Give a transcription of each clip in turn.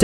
จ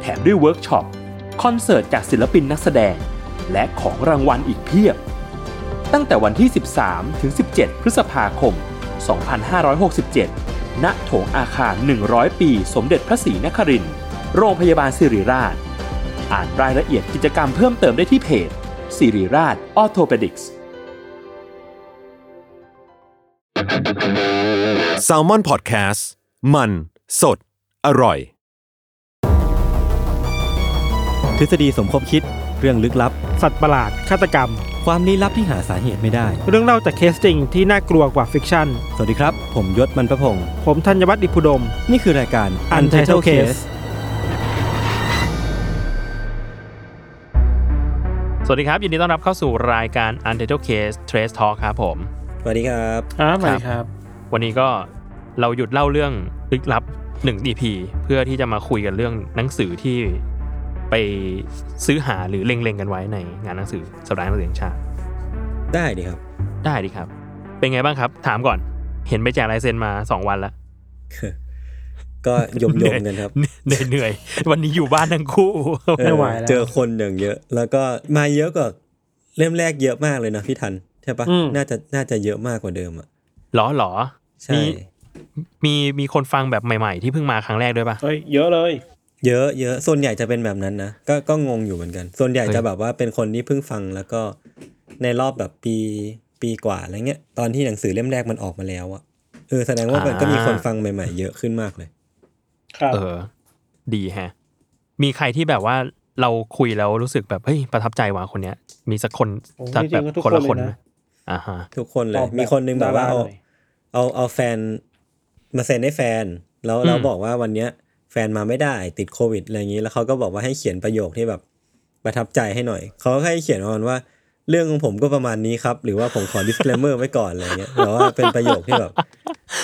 แถมด้วยเวิร์กช็อป คอนเสิร์ตจากศิลปินนักแสดง และของรางวัลอีกเพียบ ตั้งแต่วันที่ 13 ถึง 17 พฤษภาคม 2567 ณ โถงอาคาร 100 ปี สมเด็จพระศรีนครินทร์ โรงพยาบาลสิริราช อ่านรายละเอียดกิจกรรมเพิ่มเติมได้ที่เพจสิริราชออโทเปดิกส์ s a l ม o n PODCAST มันสดอร่อย ทฤษฎีสมคบคิดเรื่องลึกลับ สัตว์ประหลาด ฆาตกรรม ความลี้ลับที่หาสาเหตุไม่ได้ เรื่องเล่าจากเคสจริงที่น่ากลัวกว่าฟิกชั่น สวัสดีครับ ผมยศมันประพงศ์ ผมธัญวัฒน์อิพุดม นี่คือรายการ Untitled Case สวัสดีครับ ยินดีต้อนรับเข้าสู่รายการ Untitled Case Trace Talk ครับผม สวัสดีครับ ครับสวัสดีครับ วันนี้ก็เราหยุดเล่าเรื่องลึกลับ1 EP เพื่อที่จะมาคุยกันเรื่องหนังสือที่ไปซื้อหาหรือเล็งๆกันไว้ในงานหนังสือสัปดาห์หนังสือแห่งชาติ ได้ดีครับ ได้ดีครับ เป็นไงบ้างครับ ถามก่อน เห็นไปแจกลายเซ็นมา 2 วันแล้ว ก็ยม เห ย นื่ ม อย กันครับ เหนื่อยเหนื่อย ๆวันนี้อยู่บ้านทั้งคู่ เออ ไม่ไหวแล้ว เจอคนอย่างเยอะ แล้วก็มาเยอะกว่าเล่มแรกเยอะมากเลยนะพี่ทันใช่ปะ อืม น่าจะน่าจะเยอะมากกว่าเดิมอ่ะ หรอหรอ ใช่ มี มีมีคนฟังแบบใหม่ๆ ที่เพิ่งมาครั้งแรกด้วยปะ เฮ้ยเยอะเลย เยอะเยอะส่วนใหญ่จะเป็นแบบนั้นนะก็ก็งงอยู่เหมือนกัน ส่วนใหญ่ เฮ้ย จะแบบว่าเป็นคนที่เพิ่งฟังแล้วก็ในรอบแบบปีปีกว่าอะไรเงี้ยตอนที่หนังสือเล่มแรกมันออกมาแล้วอ่ะเออแสดงว่ามันก็มีคนฟังใหม่ๆเยอะขึ้นมากเลย ครับ เออ ดีแฮะ มีใครที่แบบว่าเราคุยแล้วรู้สึกแบบเฮ้ยประทับใจว่ะคนเนี้ย มีสักคน โอ้ สัก จริ แบ ง บ ๆก็ทุก คนละคน คนเลยนะ ไหมอ่าฮะ ทุกคนเล ตอย บแบบ มีคนนึงแบบว่า ดารา เอา หน่อย เอาเอาแฟนมาเซ็นให้แฟน แล้วเรา อืม บอกว่าวันเนี้ย แฟนมาไม่ได้ติดโควิดอะไรอย่างนี้ แล้วเขาก็บอกว่าให้เขียนประโยคที่แบบประทับใจให้หน่อยเขาก็ให้เขียนประมาณว่า เรื่องของผมก็ประมาณนี้ครับ หรือว่าผมขอ disclaimer ไว้ก่อนอะไรเงี้ยแต่ว่าเป็นประโยคที่แบบ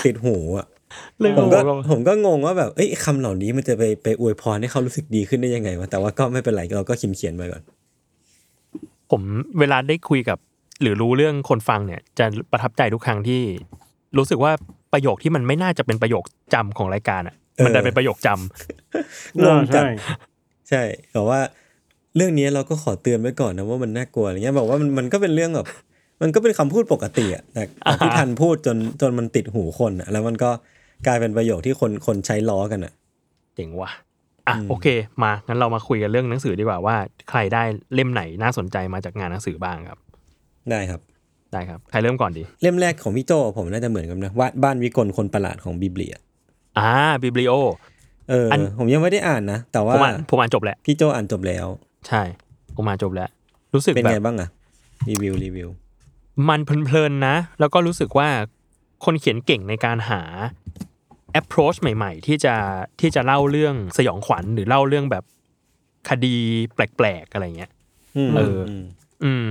ติดหูอ่ะ เรื่อง ผมก็ ของ ผมก็งงว่าแบบเอ้ยคำเหล่านี้มันจะไปไปอวยพรให้เขารู้สึกดีขึ้นได้ยังไงวะแต่ว่าก็ไม่เป็นไรเราก็เขียนเขียนๆไปก่อน ผมเวลาได้คุยกับ หรือรู้เรื่องคนฟังเนี่ย จะประทับใจทุกครั้งที่ รู้สึกว่าประโยคที่มันไม่น่าจะเป็นประโยคจำของรายการอ่ะ มันจะเป็นประโยคจำ งงจัด ใช่ ใช่แต่ว่าเรื่องนี้เราก็ขอเตือนไว้ก่อนนะว่ามันน่ากลัวอะไรเงี้ยบอกว่ามันมันก็เป็นเรื่องแบบ มันก็เป็นคำพูดปกติอะแต่แต่ที่ทันพูดจนจนมันติดหูคนอะแล้วมันก็กลายเป็นประโยคที่คนคนใช้ล้อกันอะ เจ๋งว่ะอ่ะโอเค มางั้นเรามาคุยกันเรื่องหนังสือดีกว่าว่า ใครได้เล่มไหนน่าสนใจมาจากงานหนังสือบ้างครับ ได้ครับ ได้ครับใครเริ่มก่อนดี เล่มแรกของพี่โจผมน่าจะเหมือนกันนะวาดบ้านวิกลคนประหลาดของบิบเลีย อ่าบิบลิโอ เอออน ผมยังไม่ได้อ่านนะ แต่ ผ ว่าม อ่านผมอ่านจบแล้ว พี่โจอ่านจบแล้ว ใช่ผมมาจบแล้ว รู้สึก เป็น แบ ไง บ บ้างอะรีวิวรีวิว มันเพลินๆนะ แล้วก็รู้สึกว่าคนเขียนเก่งในการหา approach ใหม่ๆ ที่จะที่จะเล่าเรื่องสยองขวัญหรือเล่าเรื่องแบบคดีแปลกๆ อะไรเงี้ย อืม เอออื ม อืม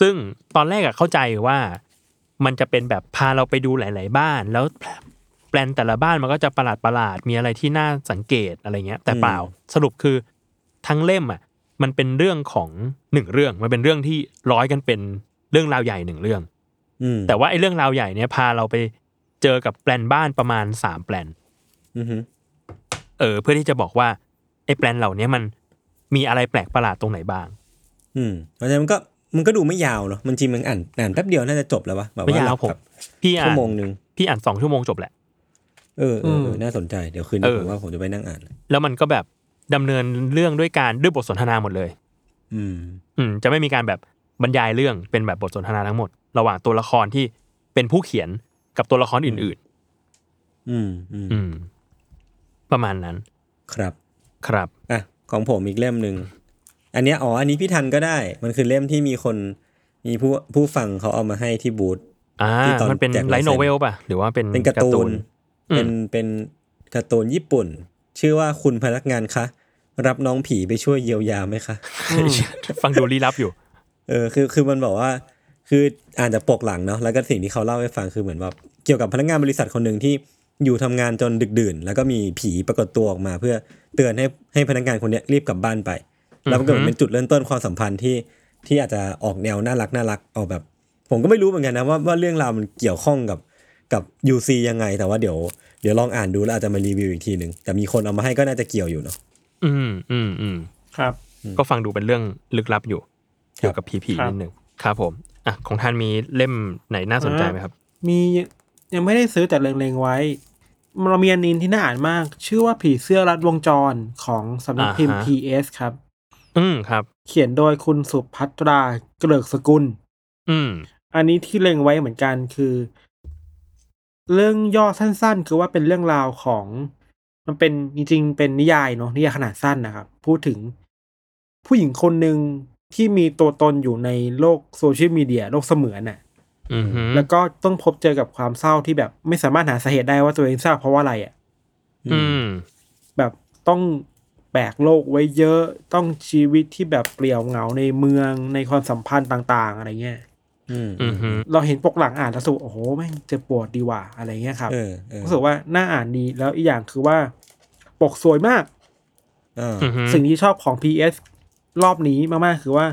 ซึ่งตอนแรกอะเข้าใจว่า มันจะเป็นแบบพาเราไปดูหลาย ๆ บ้าน แล้วแปลนแต่ละบ้านมันก็จะประหลาดประหลาดๆมีอะไรที่น่าสังเกตอะไรเงี้ย แต่เปล่าสรุปคือทั้งเล่มอะมันเป็นเรื่องของหนึ่งเรื่องมันเป็นเรื่องที่ร้อยกันเป็นเรื่องราวใหญ่หนึ่งเรื่อง อืม แต่ว่าไอ้เรื่องราวใหญ่เนี่ยพาเราไปเจอกับแปลนบ้านประมาณสามแปลน อือหือ เออ เพื่อที่จะบอกว่าไอ้แปลนเหล่าเนี้ยมันมีอะไรแปลกประหลาดตรงไหนบ้าง อืมเพราะฉะนั้นมันก็มันก็ดูไม่ยาวเนอะมันจริงมันอ่านอ่านแป๊บเดียวน่าจะจบแล้วปะแบบว่ายไม่าวผม แบบ พี่อ่า ชั่ น วโมงหนึ่ง พี่อ่านสองชั่วโมงจบแหละ เออเออเออ ม น่าสนใจ เดี๋ยวคืน เอ นี้ อ ผมว่าผมจะไปนั่งอ่าน แล้วมันก็แบบดำเนินเรื่องด้วยการด้วยบทสนทนาหมดเลย อืม อืม จะไม่มีการแบบบรรยายเรื่องเป็นแบบบทสนทนาทั้งหมด ระหว่างตัวละครที่เป็นผู้เขียนกับตัวละครอื่น อืมอืม ๆ อืม ประมาณนั้น ครับ ครับ อ่ะ ของผมอีกเล่มหนึ่ง อันเนี้ยอ๋อ อันนี้พี่ทันก็ได้ มันคือเล่มที่มีคน มีผู้ผู้ฟังเขาเอามาให้ที่บูธ อ่า ที่ตอน มันเป็น แจกลายเซ็น ไลท์โนเวลป่ะ หรือว่าเป็น เป็นการ์ตูน อื เป็น ม เป็นการ์ตูนญี่ปุ่น ชื่อว่าคุณพนักงานคะ รับน้องผีไปช่วยเยียวยาไหมคะ ฟังดูลี้ลับอยู่ เออคือคือมันบอกว่าคืออ่านจากปกหลังเนาะแล้วก็สิ่งที่เขาเล่าให้ฟังคือเหมือนแบบเกี่ยวกับพนักงานบริษัทคนหนึ่งที่อยู่ทำงานจนดึกดื่น แล้วก็มีผีปรากฏตัวออกมาเพื่อเตือนให้ให้พนักงานคนเนี้ยรีบกลับบ้านไป แล้วมันก็เหมือนเป็นจุดเริ่มต้นความสัมพันธ์ที่ที่อาจจะออกแนวน่ารักน่ารักออกแบบ ผมก็ไม่รู้เหมือนกันนะว่าว่าเรื่องราวมันเกี่ยวข้องกับกับ UC ยังไง แต่ว่าเดี๋ยวเดี๋ยวลองอ่านดูแล้วอาจจะมารีวิวอีกทีหนึ่งแต่มีคนเอามาให้ก็น่าจะเกี่ยวอยู่เนาะ อืมอืมอืม ครับ ก็ฟังดูเป็นเรื่องลึกลับอยู่เกี่ยวกับผีผี ครับ นิดหนึ่งครับผมอ่ะของท่านมีเล่มไหนน่าสนใจไหมครับ มียังไม่ได้ซื้อแต่เล็งๆไว้เรามีอันนินที่น่าอ่านมาก ชื่อว่าผีเสื้อรัดวงจรของสำนักพิมพ์ อ่าฮะ PS ครับ อืมครับ เขียนโดยคุณสุพัตราเกลิกสกุล อืม อันนี้ที่เล็งไว้เหมือนกันคือ เรื่องย่อสั้นๆ คือว่าเป็นเรื่องราวของ มันเป็นจริงๆเป็นนิยายเนาะนิยายขนาดสั้นนะครับ พูดถึงผู้หญิงคนหนึ่งที่มีตัวตนอยู่ในโลกโซเชียลมีเดียโลกเสมือนน่ะ อืม แล้วก็ต้องพบเจอกับความเศร้าที่แบบไม่สามารถหาสาเหตุได้ว่าตัวเองเศร้าเพราะว่าอะไรอ่ะ อืม แบบต้องแบกโลกไว้เยอะต้องชีวิตที่แบบเปลี่ยวเหงาในเมืองในความสัมพันธ์ต่าง ๆ อะไรเงี้ย อืม อืม เราเห็นปกหลังอ่านแล้วรู้สุโอ้โหแม่งเจ็บปวดดีว่ะอะไรเงี้ยครับ เออเออ รู้สึกว่าน่าอ่านดีแล้วอีกอย่างคือว่า ปกสวยมาก อ่า อืม สิ่งที่ชอบของ PS รอบนี้มากๆคือว่า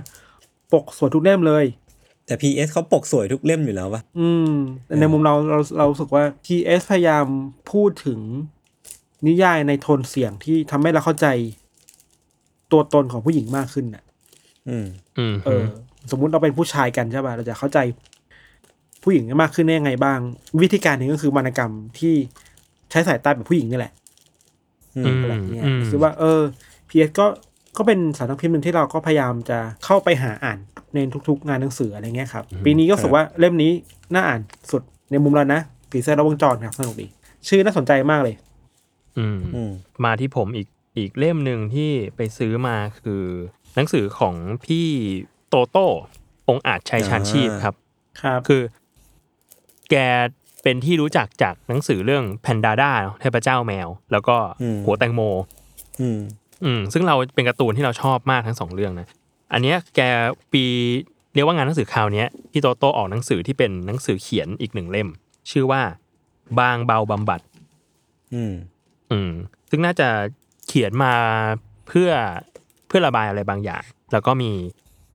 ปกสวยทุกเล่มเลย แต่ PS เขาปกสวยทุกเล่มอยู่แล้วปะ อืมแต่ใน เออ มุมเราเราเรารู้สึกว่า PS พยายามพูดถึงนิยายในโทนเสียงที่ทำให้เราเข้าใจ ตัวตนของผู้หญิงมากขึ้นน่ะ อืม อืม เออสมมุติเราเป็นผู้ชายกันใช่ป่ะเราจะเข้าใจ ผู้หญิงมากขึ้นได้ยังไงบ้าง วิธีการหนึ่งก็คือวรรณกรรมที่ใช้สายตาแบบผู้หญิงนี่แหละ อื อื ม ม อะไรอย่างเงี้ย อืม คือว่าเออพีเอสก็ก็เป็นสารพิมพ์หนึ่งที่เราก็พยายามจะเข้าไปหาอ่านในทุกๆ งานหนังสืออะไรเงี้ยครับ ปีนี้ก็รู้สึกว่าเล่มนี้น่าอ่านสุดในมุมเรานะผีเสื้อระวงจรครับสนุกดี ชื่อน่าสนใจมากเลย อืม อืม มาที่ผมอีกอีกเล่มหนึ่งที่ไปซื้อมาคือ หนังสือของพี่โตโต้องค์อาจชัยชานชีพครับ ครับ คือแกเป็นที่รู้จักจากหนังสือเรื่องแพนดาด้าเทพเจ้าแมว แล้วก็ อืม หัวแตงโม อืม อืมซึ่งเราเป็นการ์ตูนที่เราชอบมากทั้งสองเรื่องนะ อันเนี้ยแกปีเรียกว่างานหนังสือคราวเนี้ยพี่โตโต้ออกหนังสือที่เป็นหนังสือเขียนอีกหนึ่งเล่ม ชื่อว่าบางเบาบำบัด อืม อืมซึ่งน่าจะเขียนมาเพื่อเพื่อระบายอะไรบางอย่าง แล้วก็มี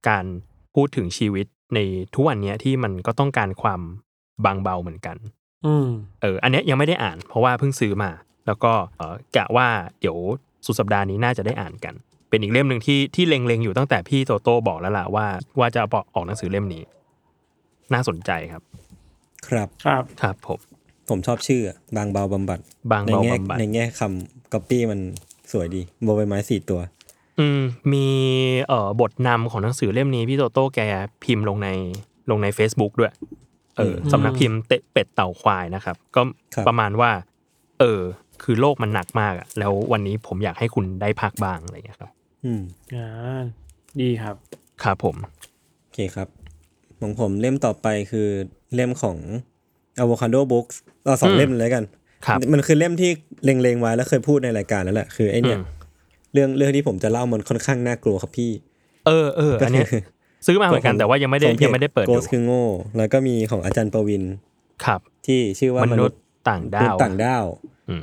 การพูดถึงชีวิตในทุกวันเนี้ยที่มันก็ต้องการความบางเบาเหมือนกัน อืม เออ อันเนี้ยยังไม่ได้อ่าน เพราะว่าเพิ่งซื้อมา แล้วก็เอ่อกะว่าเดี๋ยวสุดสัปดาห์นี้น่าจะได้อ่านกัน เป็นอีกเล่มหนึ่งที่ที่เล็งๆอยู่ตั้งแต่พี่โตโต้บอกแล้วล่ะว่าว่าจะเอาออกหนังสือเล่มนี้ น่าสนใจครับ ครับ ครับ ครับผม ผมชอบชื่อ บางเบาบำบัด บาง ใน เบา แง่ บำบัด ในแง่คำก๊อปปี้มันสวยดีโบใบไม้สี่ตัว อืมมีเอ่อบทนำของหนังสือเล่มนี้พี่โตโต้แกพิมพ์ลงในลงใน Facebook ด้วย เออ อืม สำนักพิมพ์เตะเป็ดเต่าควายนะครับ ก็ ครับ ประมาณว่า เออ คือโลกมันหนักมากอะแล้ววันนี้ผมอยากให้คุณได้พักบ้างอะไรอย่างเงี้ยครับ อืม อ่าดีครับ ครับผม โอเคครับ ของผมเล่มต่อไปคือเล่มของ Avocado Books เราสอง อืม เล่มเลยกัน ครับ มันคือเล่มที่เล็งๆไว้แล้วเคยพูดในรายการแล้วแหละคือไอเนี่ย อืม เรื่องเรื่องที่ผมจะเล่ามันค่อนข้างน่ากลัวครับพี่ เออเอออัน เนี้ย ก็คือ ซื้อมาเหมือนกันแต่ว่ายังไม่ได้ ของพจ ยังไม่ได้เปิดดู Ghost คือโง่ แล้วก็มีของอาจารย์ประวิน ครับ ที่ชื่อว่าม ม นุ นุ ษ ษ ย์ ย์ ต่างดาว ต่างดาว อืม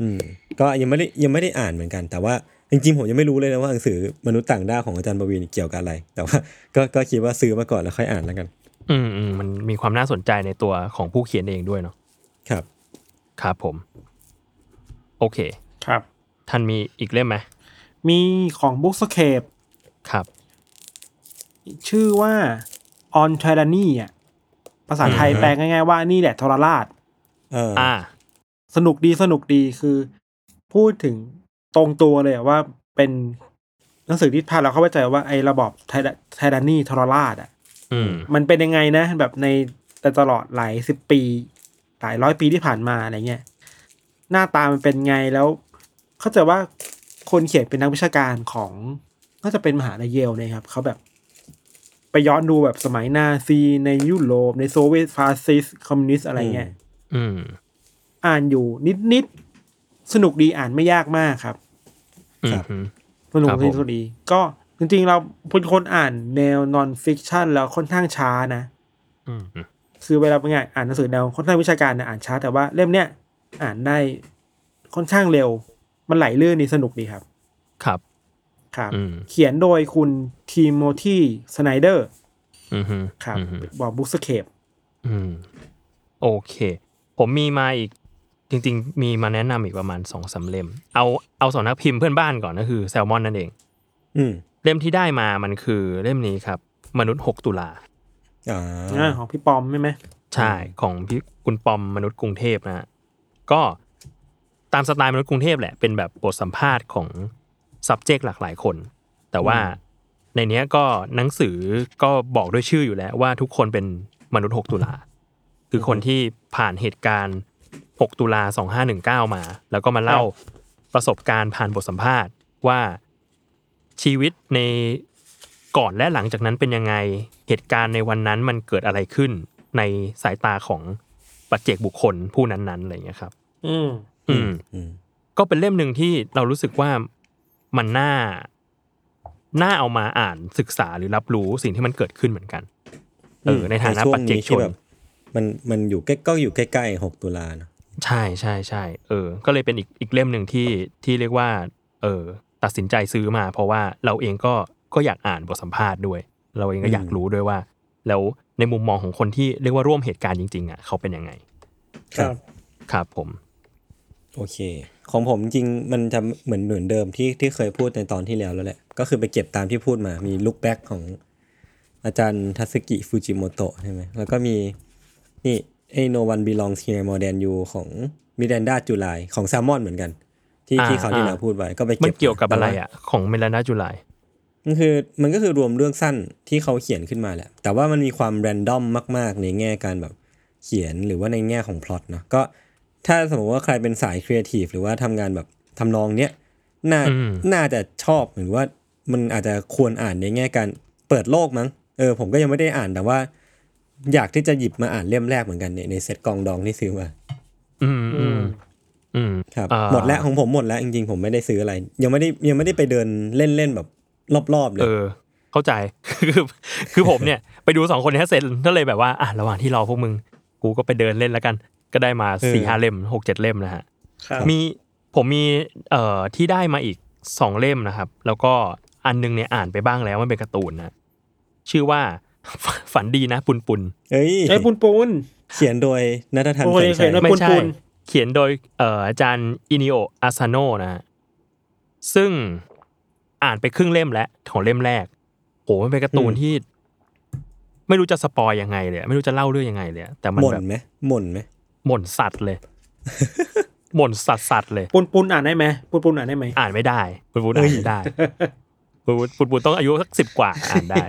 อืม ก็ยังไม่ได้ยังไม่ได้อ่านเหมือนกัน แต่ว่าจริงๆผมยังไม่รู้เลยนะว่าหนังสือมนุษย์ต่างดาวของอาจารย์บวีนเกี่ยวกับอะไร แต่ว่า ก็ก็คิดว่าซื้อมาก่อนแล้วค่อยอ่านแล้วกัน อืมอืมมันมีความน่าสนใจในตัวของผู้เขียนเองด้วยเนาะ ครับ ครับผม โอเค ครับ ท่านมีอีกเล่มไหม มีของ Bookscape ครับ ชื่อว่า On Tyranny อ่ะ ภาษาไทย อืม แปลง่ายๆว่านี่แหละทรราช เออ อ่า สนุกดีสนุกดีคือ พูดถึงตรงตัวเลยอะว่าเป็นหนังสือที่พาเราเข้าไปใจว่าไอ้ระบอบไทไทรานีทรราชอ่ะ อืม มันเป็นยังไงนะ แบบในแต่ตลอดหลายสิบปี หลายร้อยปีที่ผ่านมาอะไรเงี้ยหน้าตามันเป็นไงแล้ว เข้าใจว่าคนเขียนเป็นนักวิชาการของน่าจะเป็นมหาลัยเยลนะครับเขาแบบ ไปย้อนดูแบบสมัยนาซีในยุโรปในโซเวียตฟาสซิสต์คอมมิวนิสต์อะไรเงี้ย อืม อ่านอยู่นิดนิดๆสนุกดีอ่านไม่ยากมากครับ อืม สนุก ครับ ดี ผม สนุกดีก็จริงๆเราเป็นคนอ่านแนวนอนฟิกชันแล้วค่อนข้างช้านะ อืม คือเวลาเป็นไงอ่านหนังสือแนวค่อนข้างวิชาการนะอ่านช้าแต่ว่าเล่มเนี้ยอ่านได้ค่อนข้างเร็ว มันไหลลื่นดีสนุกดีครับ ครับ ครับ อืม เขียนโดยคุณทีโมธีสไนเดอร์ อืมฮึ ครับ อืมฮึ บอกบุ๊กสเคป อืมโอเค ผมมีมาอีกจริง ๆ มีมาแนะนำอีกประมาณสองสาเล่ม เอาเอาสำนักพิมพ์เพื่อนบ้านก่อนก็คือแซลมอนนั่นเอง อืม เล่มที่ได้มามันคือเล่มนี้ครับ มนุษย์ 6 ตุลา อ่า ของพี่ปอมใช่ไหม ใช่ของพี่คุณปอมมนุษย์กรุงเทพนะฮะก็ตามสไตล์มนุษย์กรุงเทพแหละ เป็นแบบบทสัมภาษณ์ของ subject หลากหลายคน แต่ว่าในเนี้ยก็หนังสือก็บอกด้วยชื่ออยู่แล้วว่าทุกคนเป็นมนุษย์ 6 ตุลา คือคนที่ผ่านเหตุการณ์ 6 ตุลา 2519 มา แล้วก็มาเล่าประสบการณ์ผ่านบทสัมภาษณ์ว่าชีวิตในก่อนและหลังจากนั้นเป็นยังไง เหตุการณ์ในวันนั้นมันเกิดอะไรขึ้นในสายตาของปัจเจกบุคคลผู้นั้นๆอะไรอย่างเงี้ยครับ อืม อืม อืม ก็เป็นเล่มหนึ่งที่เรารู้สึกว่ามันน่า น่าเอามาอ่านศึกษาหรือรับรู้สิ่งที่มันเกิดขึ้นเหมือนกัน เออ ในฐานะ ช่วง ปัจเจกช ที่ น แบบมันมันอยู่ใกล้ก็อยู่ใกล้ๆหกตุลาเนอะ ใช่ใช่ใช่เออ ก็เลยเป็นอีกอีกเล่มหนึ่งที่ที่เรียกว่า เออ ตัดสินใจซื้อมา เพราะว่าเราเองก็ก็อยากอ่านบทสัมภาษณ์ด้วย เราเองก็อยากรู้ด้วยว่า แล้วในมุมมองของคนที่เรียกว่าร่วมเหตุการณ์จริงๆอ่ะเขาเป็นยังไง ครับ ครับผม โอเค ของผมจริงๆมันจะเหมือนเหมือนเดิมที่ที่เคยพูดในตอนที่แล้วแล้วแหละ ก็คือไปเก็บตามที่พูดมา มีลุคแบ็กของอาจารย์ทัศกิฟูจิโมโตะใช่ไหม แล้วก็มี นี่ไอโนวันบีลอง s ี e r e More Than You ของมิเดนดาจูไลของแซมมอนเหมือนกัน ที่ที่เขาวที่เราพูดไปก็ไป มั เก็ น บ เกี่ยวกับอะไร แต่ว่า อ่ะ ของเมลานาจุไล มันคือมันก็คือรวมเรื่องสั้นที่เขาเขียนขึ้นมาแหละ แต่ว่ามันมีความแรนดอมมาก ๆ ในแง่การแบบเขียนหรือว่าในแง่ของพล็อตเนาะก็ถ้าสมมติว่าใครเป็นสายครีเอทีฟหรือว่าทำงานแบบทำนองเนี้ยน่าน่าจะชอบหรือว่ามันอาจจะควรอ่านในแง่การเปิดโลกมั้งเออผมก็ยังไม่ได้อ่านแต่ว่า อยากที่จะหยิบมาอ่านเล่มแรกเหมือนกันเนี่ยในเซตกองดองที่ซื้อมา อืมอืมอืม ครับ อ่า หมดแล้วของผมหมดแล้วจริงๆผมไม่ได้ซื้ออะไร ยังไม่ได้ยังไม่ได้ไปเดินเล่นๆแบบรอบๆเลย เออ เข้าใจ คือคือผมเนี่ย ไปดูสองคนนี้เสร็จก็เลยแบบว่าอ่ะระหว่างที่รอพวกมึง กูก็ไปเดินเล่นแล้วกัน ก็ได้มาสี่ เออ ห้าเล่มหกเจ็ดเล่มนะฮะ ครับ มีผมมีเอ่อที่ได้มาอีกสองเล่มนะครับ แล้วก็อันหนึงเนี่ยอ่านไปบ้างแล้วมันเป็นการ์ตูนนะชื่อว่า ฝันดีนะปุนปุน เอ้ย ไอ้ยปูนปูน เขียนโดยนัททัน โอ้ แสงยเขี ชัย ยนโดย ไม่ใช่ ปุนปุน เขียนโดยเอ่ออาจารย์อินิโออาซาโนะนะฮะซึ่งอ่านไปครึ่งเล่มแล้วของเล่มแรกโหมันเป็นการ์ตูนที่ ไม่รู้จะสปอยยังไงเลยอะไม่รู้จะเล่าเรื่องยังไงเลยอะแต่มัน หม่น แบบ ไหมหม่นไหม หม่นสัตว์เลย หม่นสัตว์สัตว์เลย ปูนปูนอ่านได้ไหมปูนปูนอ่านได้ไหม อ่านไม่ได้ปุดปุดอ่านไม่ได้ปุดปุดปุดปุดต้องอายุสักสิบกว่าอ่านได้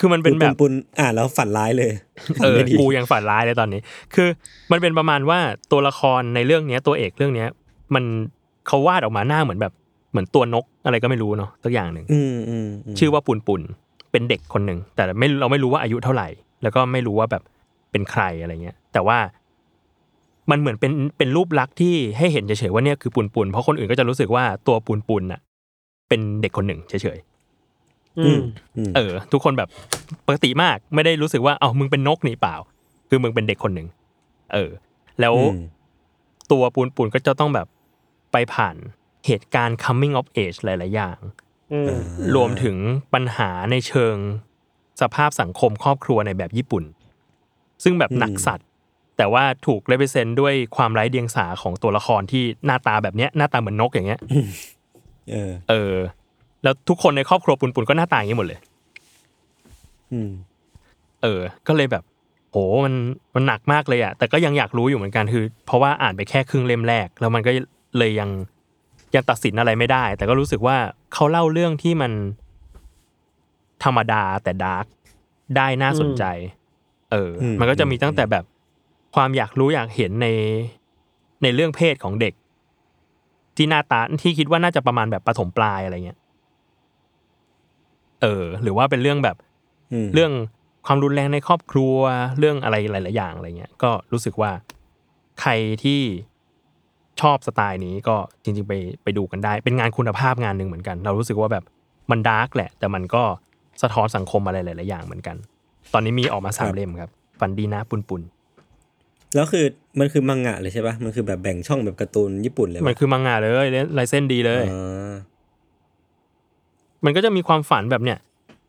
คือมันเป็นแบบ ปุนๆอ่านแล้วฝันร้ายเลย เออ ฝันไม่ดี กูยังฝันร้ายเลยตอนนี้ คือมันเป็นประมาณว่าตัวละครในเรื่องเนี้ยตัวเอกเรื่องเนี้ย มันเขาวาดออกมาหน้าเหมือนแบบเหมือนตัวนกอะไรก็ไม่รู้เนาะสักอย่างหนึ่ง อืมอืมม ชื่อว่าปุนปุนเป็นเด็กคนหนึ่งแต่ไม่เราไม่รู้ว่าอายุเท่าไหร่ แล้วก็ไม่รู้ว่าแบบเป็นใครอะไรเงี้ย แต่ว่ามันเหมือนเป็นเป็นรูปลักษณ์ที่ให้เห็นเฉยๆว่าเนี่ยคือปุนปุนเพราะคนอื่นก็จะรู้สึกว่าตัวปุนปุนน่ะ เป็นเด็กคนหนึ่งเฉย อืม อืม ๆเออ ทุกคนแบบปกติมากไม่ได้รู้สึกว่าเอ้ามึงเป็นนกนี่เปล่า คือมึงเป็นเด็กคนหนึ่งเออ แล้ว ม ตัวปูนปูนก็จะต้องแบบไปผ่านเหตุการณ์ coming of age หลาย ๆ อย่าง อืม รวมถึงปัญหาในเชิงสภาพสังคมครอบครัวในแบบญี่ปุ่น ซึ่งแบบหนักสัตว์ แต่ว่าถูกเลเวเซนด้วยความไร้เดียงสาของตัวละครที่หน้าตาแบบเนี้ยหน้าตาเหมือนนกอย่างเงี้ย เออ เออ แล้วทุกคนในครอบครัวปุนปุนก็หน้าตาอย่างนี้หมดเลย อืม เออ ก็เลยแบบ โห มัน มันหนักมากเลยอะแต่ก็ยังอยากรู้อยู่เหมือนกัน คือ เพราะว่าอ่านไปแค่ครึ่งเล่มแรก แล้วมันก็เลยยัง ยังตัดสินอะไรไม่ได้ แต่ก็รู้สึกว่าเขาเล่าเรื่องที่มัน ธรรมดาแต่ดาร์กได้น่าสนใจ เออ มันก็จะมีตั้งแต่แบบ ความอยากรู้อยากเห็นใน ในเรื่องเพศของเด็ก ที่หน้าตาที่คิดว่าน่าจะประมาณแบบปฐมปลายอะไรเงี้ย เออ หรือว่าเป็นเรื่องแบบ อืม เรื่องความรุนแรงในครอบครัวเรื่องอะไรหลาย ๆ อย่างอะไรเงี้ยก็รู้สึกว่าใครที่ ชอบสไตล์นี้ก็จริงๆ ไปไปดูกันได้ เป็นงานคุณภาพงานหนึ่งเหมือนกัน เรารู้สึกว่าแบบมันดาร์กแหละ แต่มันก็สะท้อนสังคมอะไรหลายๆอย่างเหมือนกัน ตอนนี้มีออกมาสามเล่มครับฝันดีนะปุนปุน แล้วคือมันคือมังงะเลยใช่ปะมันคือแบบแบ่งช่องแบบการ์ตูนญี่ปุ่นเลย ๆมันคือมังงะเลยลายเส้นดีเลย อ๋อ มันก็จะมีความฝันแบบเนี่ย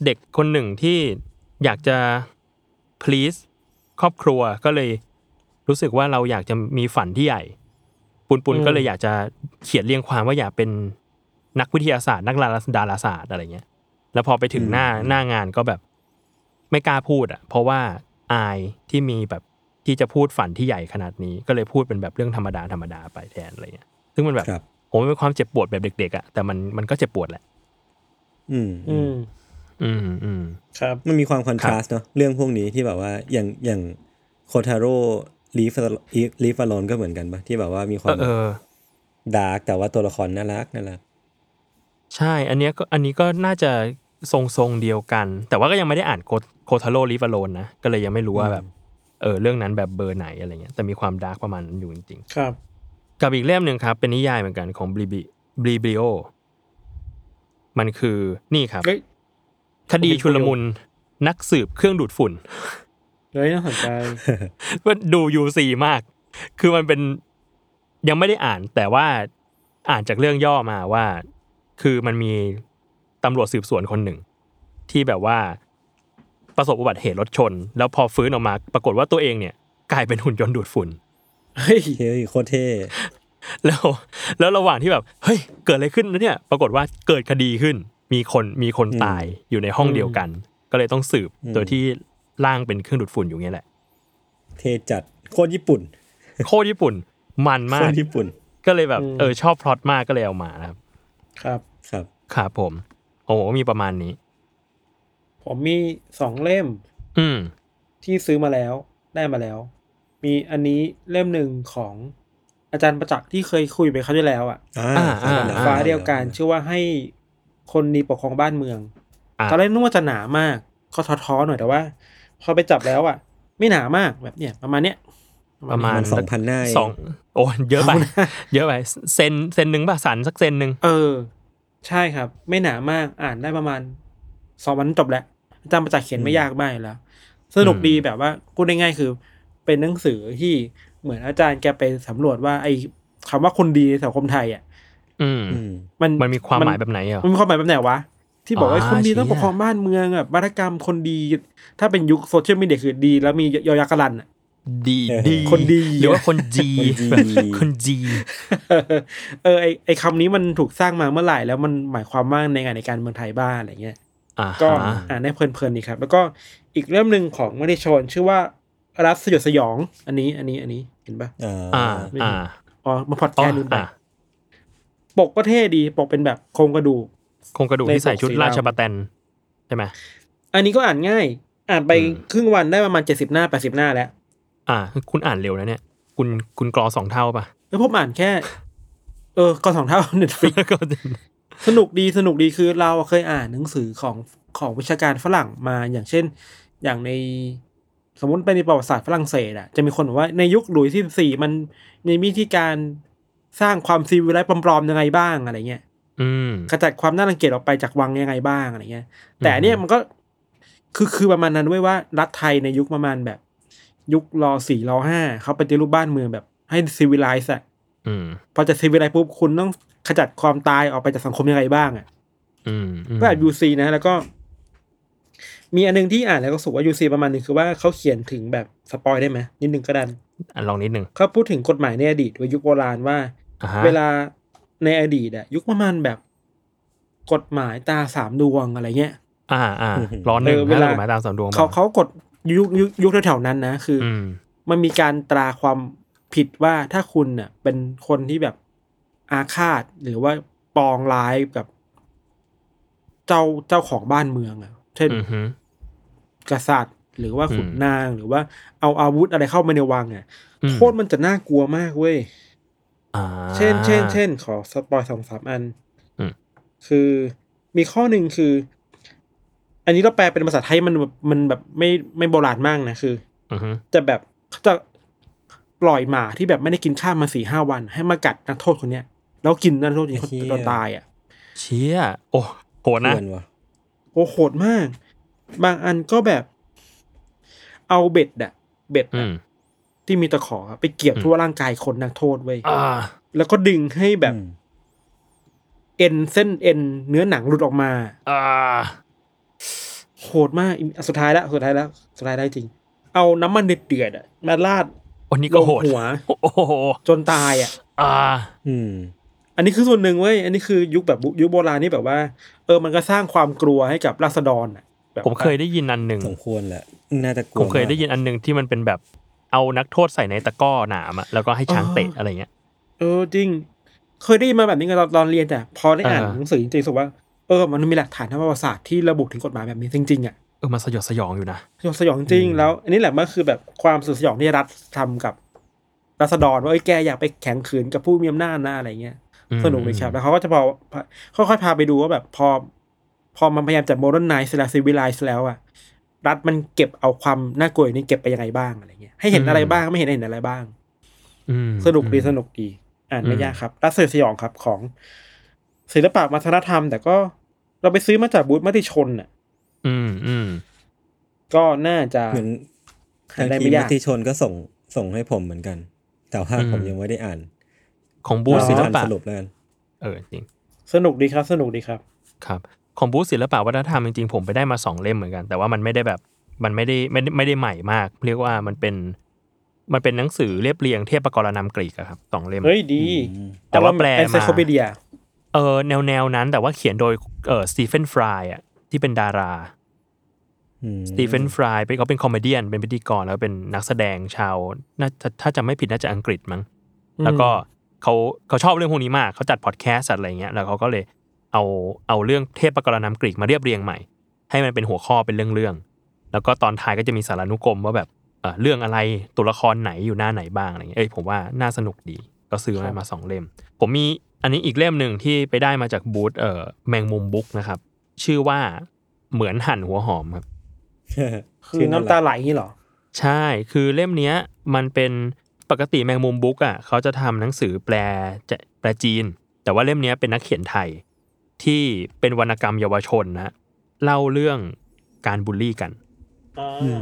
เด็กคนหนึ่งที่อยากจะ please ครอบครัวก็เลยรู้สึกว่าเราอยากจะมีฝันที่ใหญ่ ปุนปุน อืม ก็เลยอยากจะเขียนเรียงความว่าอยากเป็นนักวิทยาศาสตร์ นักดาราศาสตร์อะไรเงี้ย แล้วพอไปถึงหน้าหน้างานก็แบบไม่กล้าพูดอ่ะ เพราะว่าอายที่มีแบบที่จะพูดฝันที่ใหญ่ขนาดนี้ ก็เลยพูดเป็นแบบเรื่องธรรมดาธรรมดาไปแทนอะไรเงี้ย ซึ่งมันแบบ ครับ ผมนเป็นความเจ็บปวดแบบเด็กๆอ่ะแต่มันมันก็เจ็บปวดแหละ อืม อืม อืมอืม ครับ มันมีความคอนทราสต์เนาะเรื่องพวกนี้ที่แบบว่าอย่างอย่างโคทาโร่ลีฟลีฟอลอนก็เหมือนกันปะที่แบบว่ามีควา เอ ม อเออ ดาร์กแต่ว่าตัวละครน่ารักน่ารัก ใช่ อันเนี้ยก็อันนี้ก็น่าจะทรงทรงๆเดียวกัน แต่ว่าก็ยังไม่ได้อ่านโคโคทาโร่ลิฟาโลนนะ ก็เลยยังไม่รู้ว่าแบบ เออ เรื่องนั้นแบบเบอร์ไหนอะไรเงี้ยแต่มีความดาร์กประมาณนั้นอยู่จริง ครับ ๆ กับอีกเล่มหนึ่งครับ เป็นนิยายเหมือนกันของบลิบิบลิบิโอมันคือนี่ครับ เฮ้ย คดีชุลมุนนักสืบเครื่องดูดฝุ่น เฮ้ยน่าสนใจ ว่าดูยูซีมาก คือมันเป็นยังไม่ได้อ่าน แต่ว่าอ่านจากเรื่องย่อมาว่า คือมันมีตำรวจสืบสวนคนหนึ่ง ที่แบบว่าประสบอุบัติเหตุรถชน แล้วพอฟื้นออกมา ปรากฏว่าตัวเองเนี่ย กลายเป็นหุ่นยนต์ดูดฝุ่น เฮ้ย เฮ้ยโคตรเท่ แล้วแล้วระหว่างที่แบบ เฮ้ย เกิดอะไรขึ้นนะเนี่ย ปรากฏว่าเกิดคดีขึ้น มีคนมีคนตายอยู่ในห้องเดียวกัน ก็เลยต้องสืบโดยที่ร่างเป็นเครื่องดูดฝุ่นอยู่เงี้ยแหละ เท่จัดโคตรญี่ปุ่น โคตรญี่ปุ่น มันมา โค ก ตรญี่ปุ่น ก็เลยแบบ อืม เออชอบพล็อตมากก็เลยเอามานะครับ ครับ ครับ ครับผม โอ้โหมีประมาณนี้ ผมมีสองเล่ม อืม ที่ซื้อมาแล้ว ได้มาแล้ว มีอันนี้เล่มหนึ่งของอาจารย์ประจักษ์ที่เคยคุยไปเขาวที่แล้วอ่ะ อ่า อ่าอ่า ฟ้าเดียวกันชื่อว่าให้คนดีปกครองบ้านเมือง อ่ะ ตอนแรกนึกว่าจะหนามากก็ท้อๆหน่อยแต่ว่า พอไปจับแล้วอ่ะ ไม่หนามากแบบเนี้ยประมาณเนี้ย ประมา มั ณ นสองพันหน้า สองโอ้เยอะไป เยอะไปเซนเซนหนึ่งป่ะสันสักเซนหนึ่ง เออ ใช่ครับ ไม่หนามากอ่านได้ประมาณสองวันจบแล้วอาจารย์ประจักษ์เขียนไม่ยากไม่แล้ว สนุกดีแบบว่าพูดง่ายๆคือ เป็นหนังสือที่เหมือนอาจารย์แกไปสำรวจว่าไอ้คำว่าคนดีในสังคมไทยอ่ะ อืม อืม มัน มันมีความหมายแบบไหนอ่ะ มันมีความหมายแบบไหนวะ ที่บอกว่า อ่า คนดีต้อง เชี่ย ปกครองบ้านเมืองแบบวัฒกรรมคนดี ถ้าเป็นยุคโซเชียลมีเดียคือดี แล้วมียอยักษ์กรันอะ ดี เออ ดี คนดี หรือว่าคนจี คนดี คนจี เออไอไอคำนี้มันถูกสร้างมาเมื่อไหร่แล้วมันหมายความว่าในงานในการเมืองไทยบ้างอะไรเงี้ย อ่า ก็ ฮะ อ่านได้เพลินๆดีครับ แล้วก็อีกเล่มหนึ่งของมณิชน ชื่อว่ารัฐสยดสยอง อันนี้อันนี้อันนี้เห็นปะ อ่า อ่าอ่า อ๋อมาพอด อ๋ แค อ สต์ลืมไป อ่ะ ปกก็เท่ดีปกเป็นแบบโครงกระดูก โครงกระดูกที่ใส่ชุด ในปกสีดำ ราชบัตแตนใช่ไหม อันนี้ก็อ่านง่าย อ่านไป อืม ครึ่งวันได้ประมาณเจ็ดสิบหน้าแปดสิบหน้าแล้ว อ่า คุณอ่านเร็วนะเนี่ย คุณคุณกรอสองเท่าป่ะ เออผมอ่านแค่ เออก่อนสองเท่า เน็ตฟลิก ก็ สนุกดีสนุกดีคือเราเคยอ่านหนังสือของของวิชาการฝรั่งมาอย่างเช่น อย่างในสมมติไปในประวัติศาสตร์ฝรั่งเศสอะจะมีคนบอกว่าในยุคหลุยส์ที่สี่มันมีวิธีการสร้างความซีวิไลซ์ปลอมๆยังไงบ้างอะไรเงี้ย อืม ขจัดความน่ารังเกียจออกไปจากวังยังไงบ้างอะไรเงี้ย แต่อันเนี่ยมันก็คือคือประมาณนั้นด้วยว่า รัฐไทยในยุคประมาณแบบ ยุครอสี่รอห้าเขาปฏิรูปบ้านเมืองแบบให้ซีวิไลซ์อะ อืม พอจะซีวิไลซ์ปุ๊บคุณต้องขจัดความตายออกไปจากสังคมยังไงบ้างอ่ะ อืมม ก็อ่านยูซีนะแล้วก็ มีอันนึงที่อ่านแล้วก็รู้สุว่ายูซีประมาณหนึงคือว่าเขาเขียนถึงแบบสปอยได้ไหมนิดนึงก็ดัน อ่ะลองนิดหนึ่ง เขาพูดถึงกฎหมายในอดีตวัยยุคโบราณว่า อ่าฮะ เวลาในอดีตอะยุคประมาณแบบ กฎหมายตาสามดวงอะไรเงี้ย อ่าอ่าร้อนหนึ่ง เออเว นะ ลา กฎหมายตามสำดวง เขา บอก เขากฎยุคยุคยุคแถวๆนั้นนะคืออ อืม มันมีการตราความผิดว่าถ้าคุณเน่ะเป็นคนที่แบบอาฆาตหรือว่าปองร้ายกับ เจ้าเจ้าของบ้านเมืองอะเช่น อือฮึ กษัตริย์ หรือว่าขุน อืม นาง หรือว่าเอาอาวุธอะไรเข้ามาในวังอะ อืม โทษมันจะน่ากลัวมากเว้ย อ่า เช่น เช่น เช่น ขอสปอยสองสามอัน อืม คือมีข้อหนึ่งคือ อันนี้เราแปลเป็นภาษาไทยมันแบบมันแบบไม่ไม่โบราณมากนะ คือ อือฮึ จะแบบเขาจะ ปล่อยหมาที่แบบไม่ได้กินข้าวมาสี่ห้าวัน ให้มากัดนักโทษคนเนี้ยแล้วกินนักโทษจนคน ไอ้เหี้ย จนตายอ่ะ เชี่ยโอ้โหดนะ เพื่อนวะ โอ้โหดมาก บางอันก็แบบ เอาเบ็ดอะเบ็ด อื อะ ม ที่มีตะขออะไปเกี่ยว อืม ทั่วร่างกายคนนักโทษเว้ย อ่า แล้วก็ดึงให้แบบ อืม เอ็นเส้นเอ็นเนื้อหนังหลุดออกมา อ่า โหดมากอีกอ่ะสุดท้ายแล้วสุดท้ายแล้วสุดท้ายได้จริง เอาน้ำมันเดือดๆอะมาราด อันนี้ ล ก็ ง โหด หัว โอ้โห จนตายอ่ะ อ่า อืม อันนี้คือส่วนหนึ่งเว้ย อันนี้คือยุคแบบยุคโบราณนี่แบบว่า เออมันก็สร้างความกลัวให้กับราษฎรอ่ะแบบ ผมเคยได้ยินอันหนึ่ง สมควรแหละ น่าจะกลั ผ ว มเคยได้ยินอันหนึ่งที่มันเป็นแบบเอานักโทษใส่ในตะกร้อหนามอะแล้วก็ให้ช้างเตะอะไรเงี้ย เออจริง เคยได้ยินมาแบบนี้กันตอนตอนเรียนแต่พอได้อ่าน อ่า หนังสือจริงๆรู้สึกว่าเออมันมีหลักฐานทางประวัติศาสตร์ที่ระบุถึงกฎหมายแบบนี้จริงๆอ่ะ เออมันสยดสยองอยู่นะ สยดสยองจริงแล้ว อันนี้แหละมันคือแบบความสุดสยองที่รัฐทำกับราษฎรว่าเอ้ยแกอยากไปแข่งขืนกับผู้มีอำนาจนะอะไรเงี้ย อืม สนุกเลยครับ แล้วเขาก็จะพอพาค่อยๆ พาไปดูว่าแบบพอ พอมันพยายามจะโมเดิร์นไนซ์และซีวิไลซ์แล้วอะรัฐมันเก็บเอาความน่ากลัวอย่างนี้เก็บไปยังไงบ้างอะไรเงี้ยให้เห็นอะไรบ้างไม่เห็นเห็นอะไรบ้าง อืม สนุกดีสนุกดีอ่านไม่ อืม ยากครับรัสเซียสยองครับของ ศิลปะวัฒนธรรม แต่ก็เราไปซื้อมาจากบูธมติชนน่ะ อืมอืม ก็น่าจะ เหมือน หาได้ ทาง ไม่ ทีม ยาก มติชนก็ส่งส่งให้ผมเหมือนกัน แต่ว่า อืม ผมยังไม่ได้อ่าน ของบูธ เดี๋ยว ศิล อ่าน ปะ สรุปแล้วกัน เออจริง สนุกดีครับ สนุกดีครับ ครับของบูธศิลปะวัฒนธรรมจริงๆผมไปได้มาสองเล่มเหมือนกัน แต่ว่ามันไม่ได้แบบมันไม่ได้ไม่ได้ไม่ได้ใหม่มาก เรียกว่ามันเป็นมันเป็นหนังสือเรียบเรียงเทพกรนามกรีกอะครับสองเล่ม เฮ้ยดี แต่ว่าแปลมา เอไซโคปีเดีย เออแนวแนวนั้นแต่ว่าเขียนโดยเออสตีเฟนฟรายอะที่เป็นดารา อืม สตีเฟ นฟรายเป็นเขาเป็นคอมเมเดี้เป็นพิธีกรแล้วเป็นนักแสดงชาวน่าจะถ้าจำไม่ผิดน่าจะอังกฤษมั้ง แล้วก็เขาเขาชอบเรื่องพวกนี้มากเขาจัดพอดแคสต์จัดอะไรเงี้ยแล้วเขาก็เลยเอาเอาเรื่องเทพกรณามกรีกมาเรียบเรียงใหม่ ให้มันเป็นหัวข้อเป็นเรื่องๆแล้วก็ตอนท้ายก็จะมีสารานุกรมว่าแบบเอ่อเรื่องอะไรตัวละครไหนอยู่หน้าไหนบ้างอะไรเงี้ยเอ้ยผมว่าน่าสนุกดีก็ซื้อมามาสองเล่ม ผมมีอันนี้อีกเล่มหนึ่งที่ไปได้มาจากบูธเอ่อแมงมุมบุ๊กนะครับ ชื่อว่าเหมือนหั่นหัวหอมครับ คือน้ำตาไหลอย่างนี้เหรอ ใช่ คือเล่มเนี้ยมันเป็นปกติแมงมุมบุ๊กอ่ะเขาจะทำหนังสือแปลจะแปลจีน แต่ว่าเล่มเนี้ยเป็นนักเขียนไทย ที่เป็นวรรณกรรมเยาวชนนะเล่าเรื่องการบูลลี่กัน อืม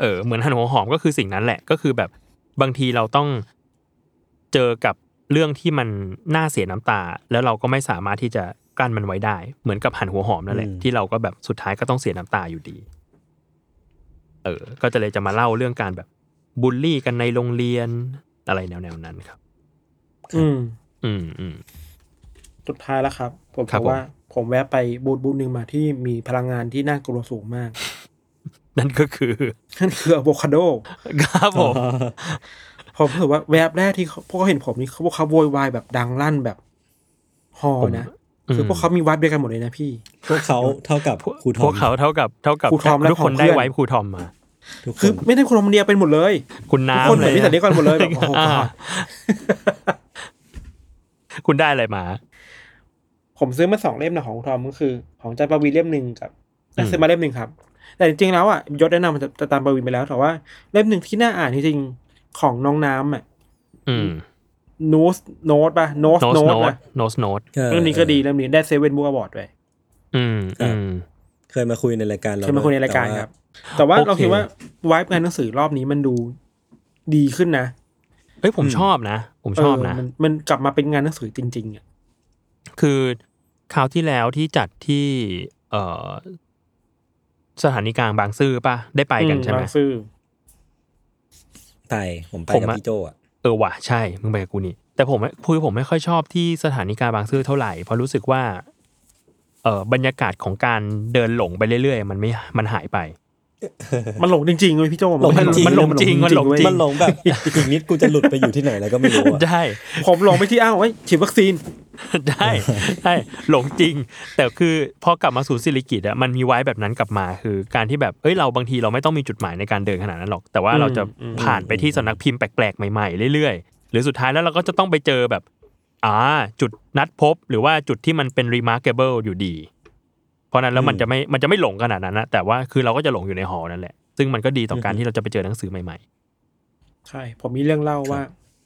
เออเหมือนหันหัวหอมก็คือสิ่งนั้นแหละก็คือแบบบางทีเราต้องเจอกับเรื่องที่มันน่าเสียน้ำตา แล้วเราก็ไม่สามารถที่จะกลั้นมันไว้ได้ เหมือนกับหันหัวหอมนั่นแหละที่เราก็แบบสุดท้ายก็ต้องเสียน้ำตาอยู่ดี เออ ก็จะเลยจะมาเล่าเรื่องการแบบบูลลี่กันในโรงเรียนอะไรแนวๆนั้นครับ อืม อืมอืม สุดท้ายแล้วครับ ผม ครับ เพราะว่า ผม ผมแวะไปบูธบูธหนึ่งมาที่มีพลังงานที่น่ากลัวสูงมาก นั่นก็คือ นั่นคืออะโวคาโด ครับผม ผมรู้สึกว่าแวบแรกที่เขาพวกเขาเห็นผมนี่เขาพวกเขาโวยวายแบบดังลั่นแบบฮอ ผม นะ คือพวกเขามีวัดเดียวกันหมดเลยนะพี่ พวกเขาเท่ากับ พวก ครูทอม พวกเขาเท่ากับเท่ากับ ครูทอมและ ทุกคน ของเพื่ ได้ อน ไว้ครูทอมมา ทุกค คือน ไม่ได้คนคนเดียวเป็นหมดเลย คุณน้ำ ทุกคนเหมือน เลยะ พี่สันนิกรหมดเลยแบบโอ้โห อ่าคุณได้อะไรมา ผมซื้อมาสองเล่มนะของทอมก็คือ ของจันปวีเล่มหนึ่งกับอ่ะซื้อมาเล่มหนึ่งครับ แต่จริงๆแล้วอ่ะยศแนะนำจะตามปวีไปแล้วแต่ว่าเล่มหนึ่งที่น่าอ่านจริงๆของน้องน้ำอ่ะ อืม โนสโนตป่ะโนส โนส โน โนดตนะ โนสโนด ออ เรื่องนี้ก็ดีเรื่องนี้ได้เซเว่นบุ๊กอวอร์ดด้วย อืมอืม เคยมาคุยในรายการเรา เคยมาคุยในรายการ แต่ว่ ครับ แต่ว่า โอเค เราคิดว่าวายงานหนังสือรอบนี้มันดูดีขึ้นนะ เอ้ยผมชอบนะ ผมชอบนะ เมันมันกลับมาเป็นงานหนังสือจริงๆอ่ะ คือคราวที่แล้วที่จัดที่ เออสถานีกลางบางซื่อป่ะ ได้ไปกันใช่ไหม บางซื่อ ไต่ผมไป ผม กับ อะ พี่โจอะ เออว่ะใช่ มึงไปกับกูนี่ แต่ผมคือผมไม่ค่อยชอบที่สถานีกลางบางซื่อเท่าไหร่ เพราะรู้สึกว่า เออบรรยากาศของการเดินหลงไปเรื่อยๆ มันไม่มันหายไป มันหลงจริงๆเลยพี่โจ หลง ไ จริงมันหลงจริงมันหลงจริ เว้ย มันหลงแบบ อีกนิดกูจะหลุดไปอยู่ที่ไหนแล้วก็ไม่รู้อะ ได้ ผมหลงไปที่อ้าวไอ้ยฉีดวัคซีน ได้ได้หลงจริง แต่คือพอกลับมาสู่สิริกิตอะมันมีไว้แบบนั้นกลับมาคือการที่แบบเอ้ยเราบางทีเราไม่ต้องมีจุดหมายในการเดินขนาดนั้นหรอก แต่ว่าเราจะ อืม ผ่านไปที่สำนักพิมพ์แปลกๆใหม่ๆเรื่อยๆ หรือสุดท้ายแล้วเราก็จะต้องไปเจอแบบอ่าจุดนัดพบ หรือว่าจุดที่มันเป็น remarkable อยู่ดี เพราะฉะนั้นแล้วมันจะไม่มันจะไม่หลงขนาดนั้นนะแต่ว่าคือเราก็จะหลงอยู่ในหอนั่นแหละซึ่งมันก็ดีต่อการที่เราจะไปเจอหนังสือใหม่ ใช่ ผมมีเรื่องเล่าว่า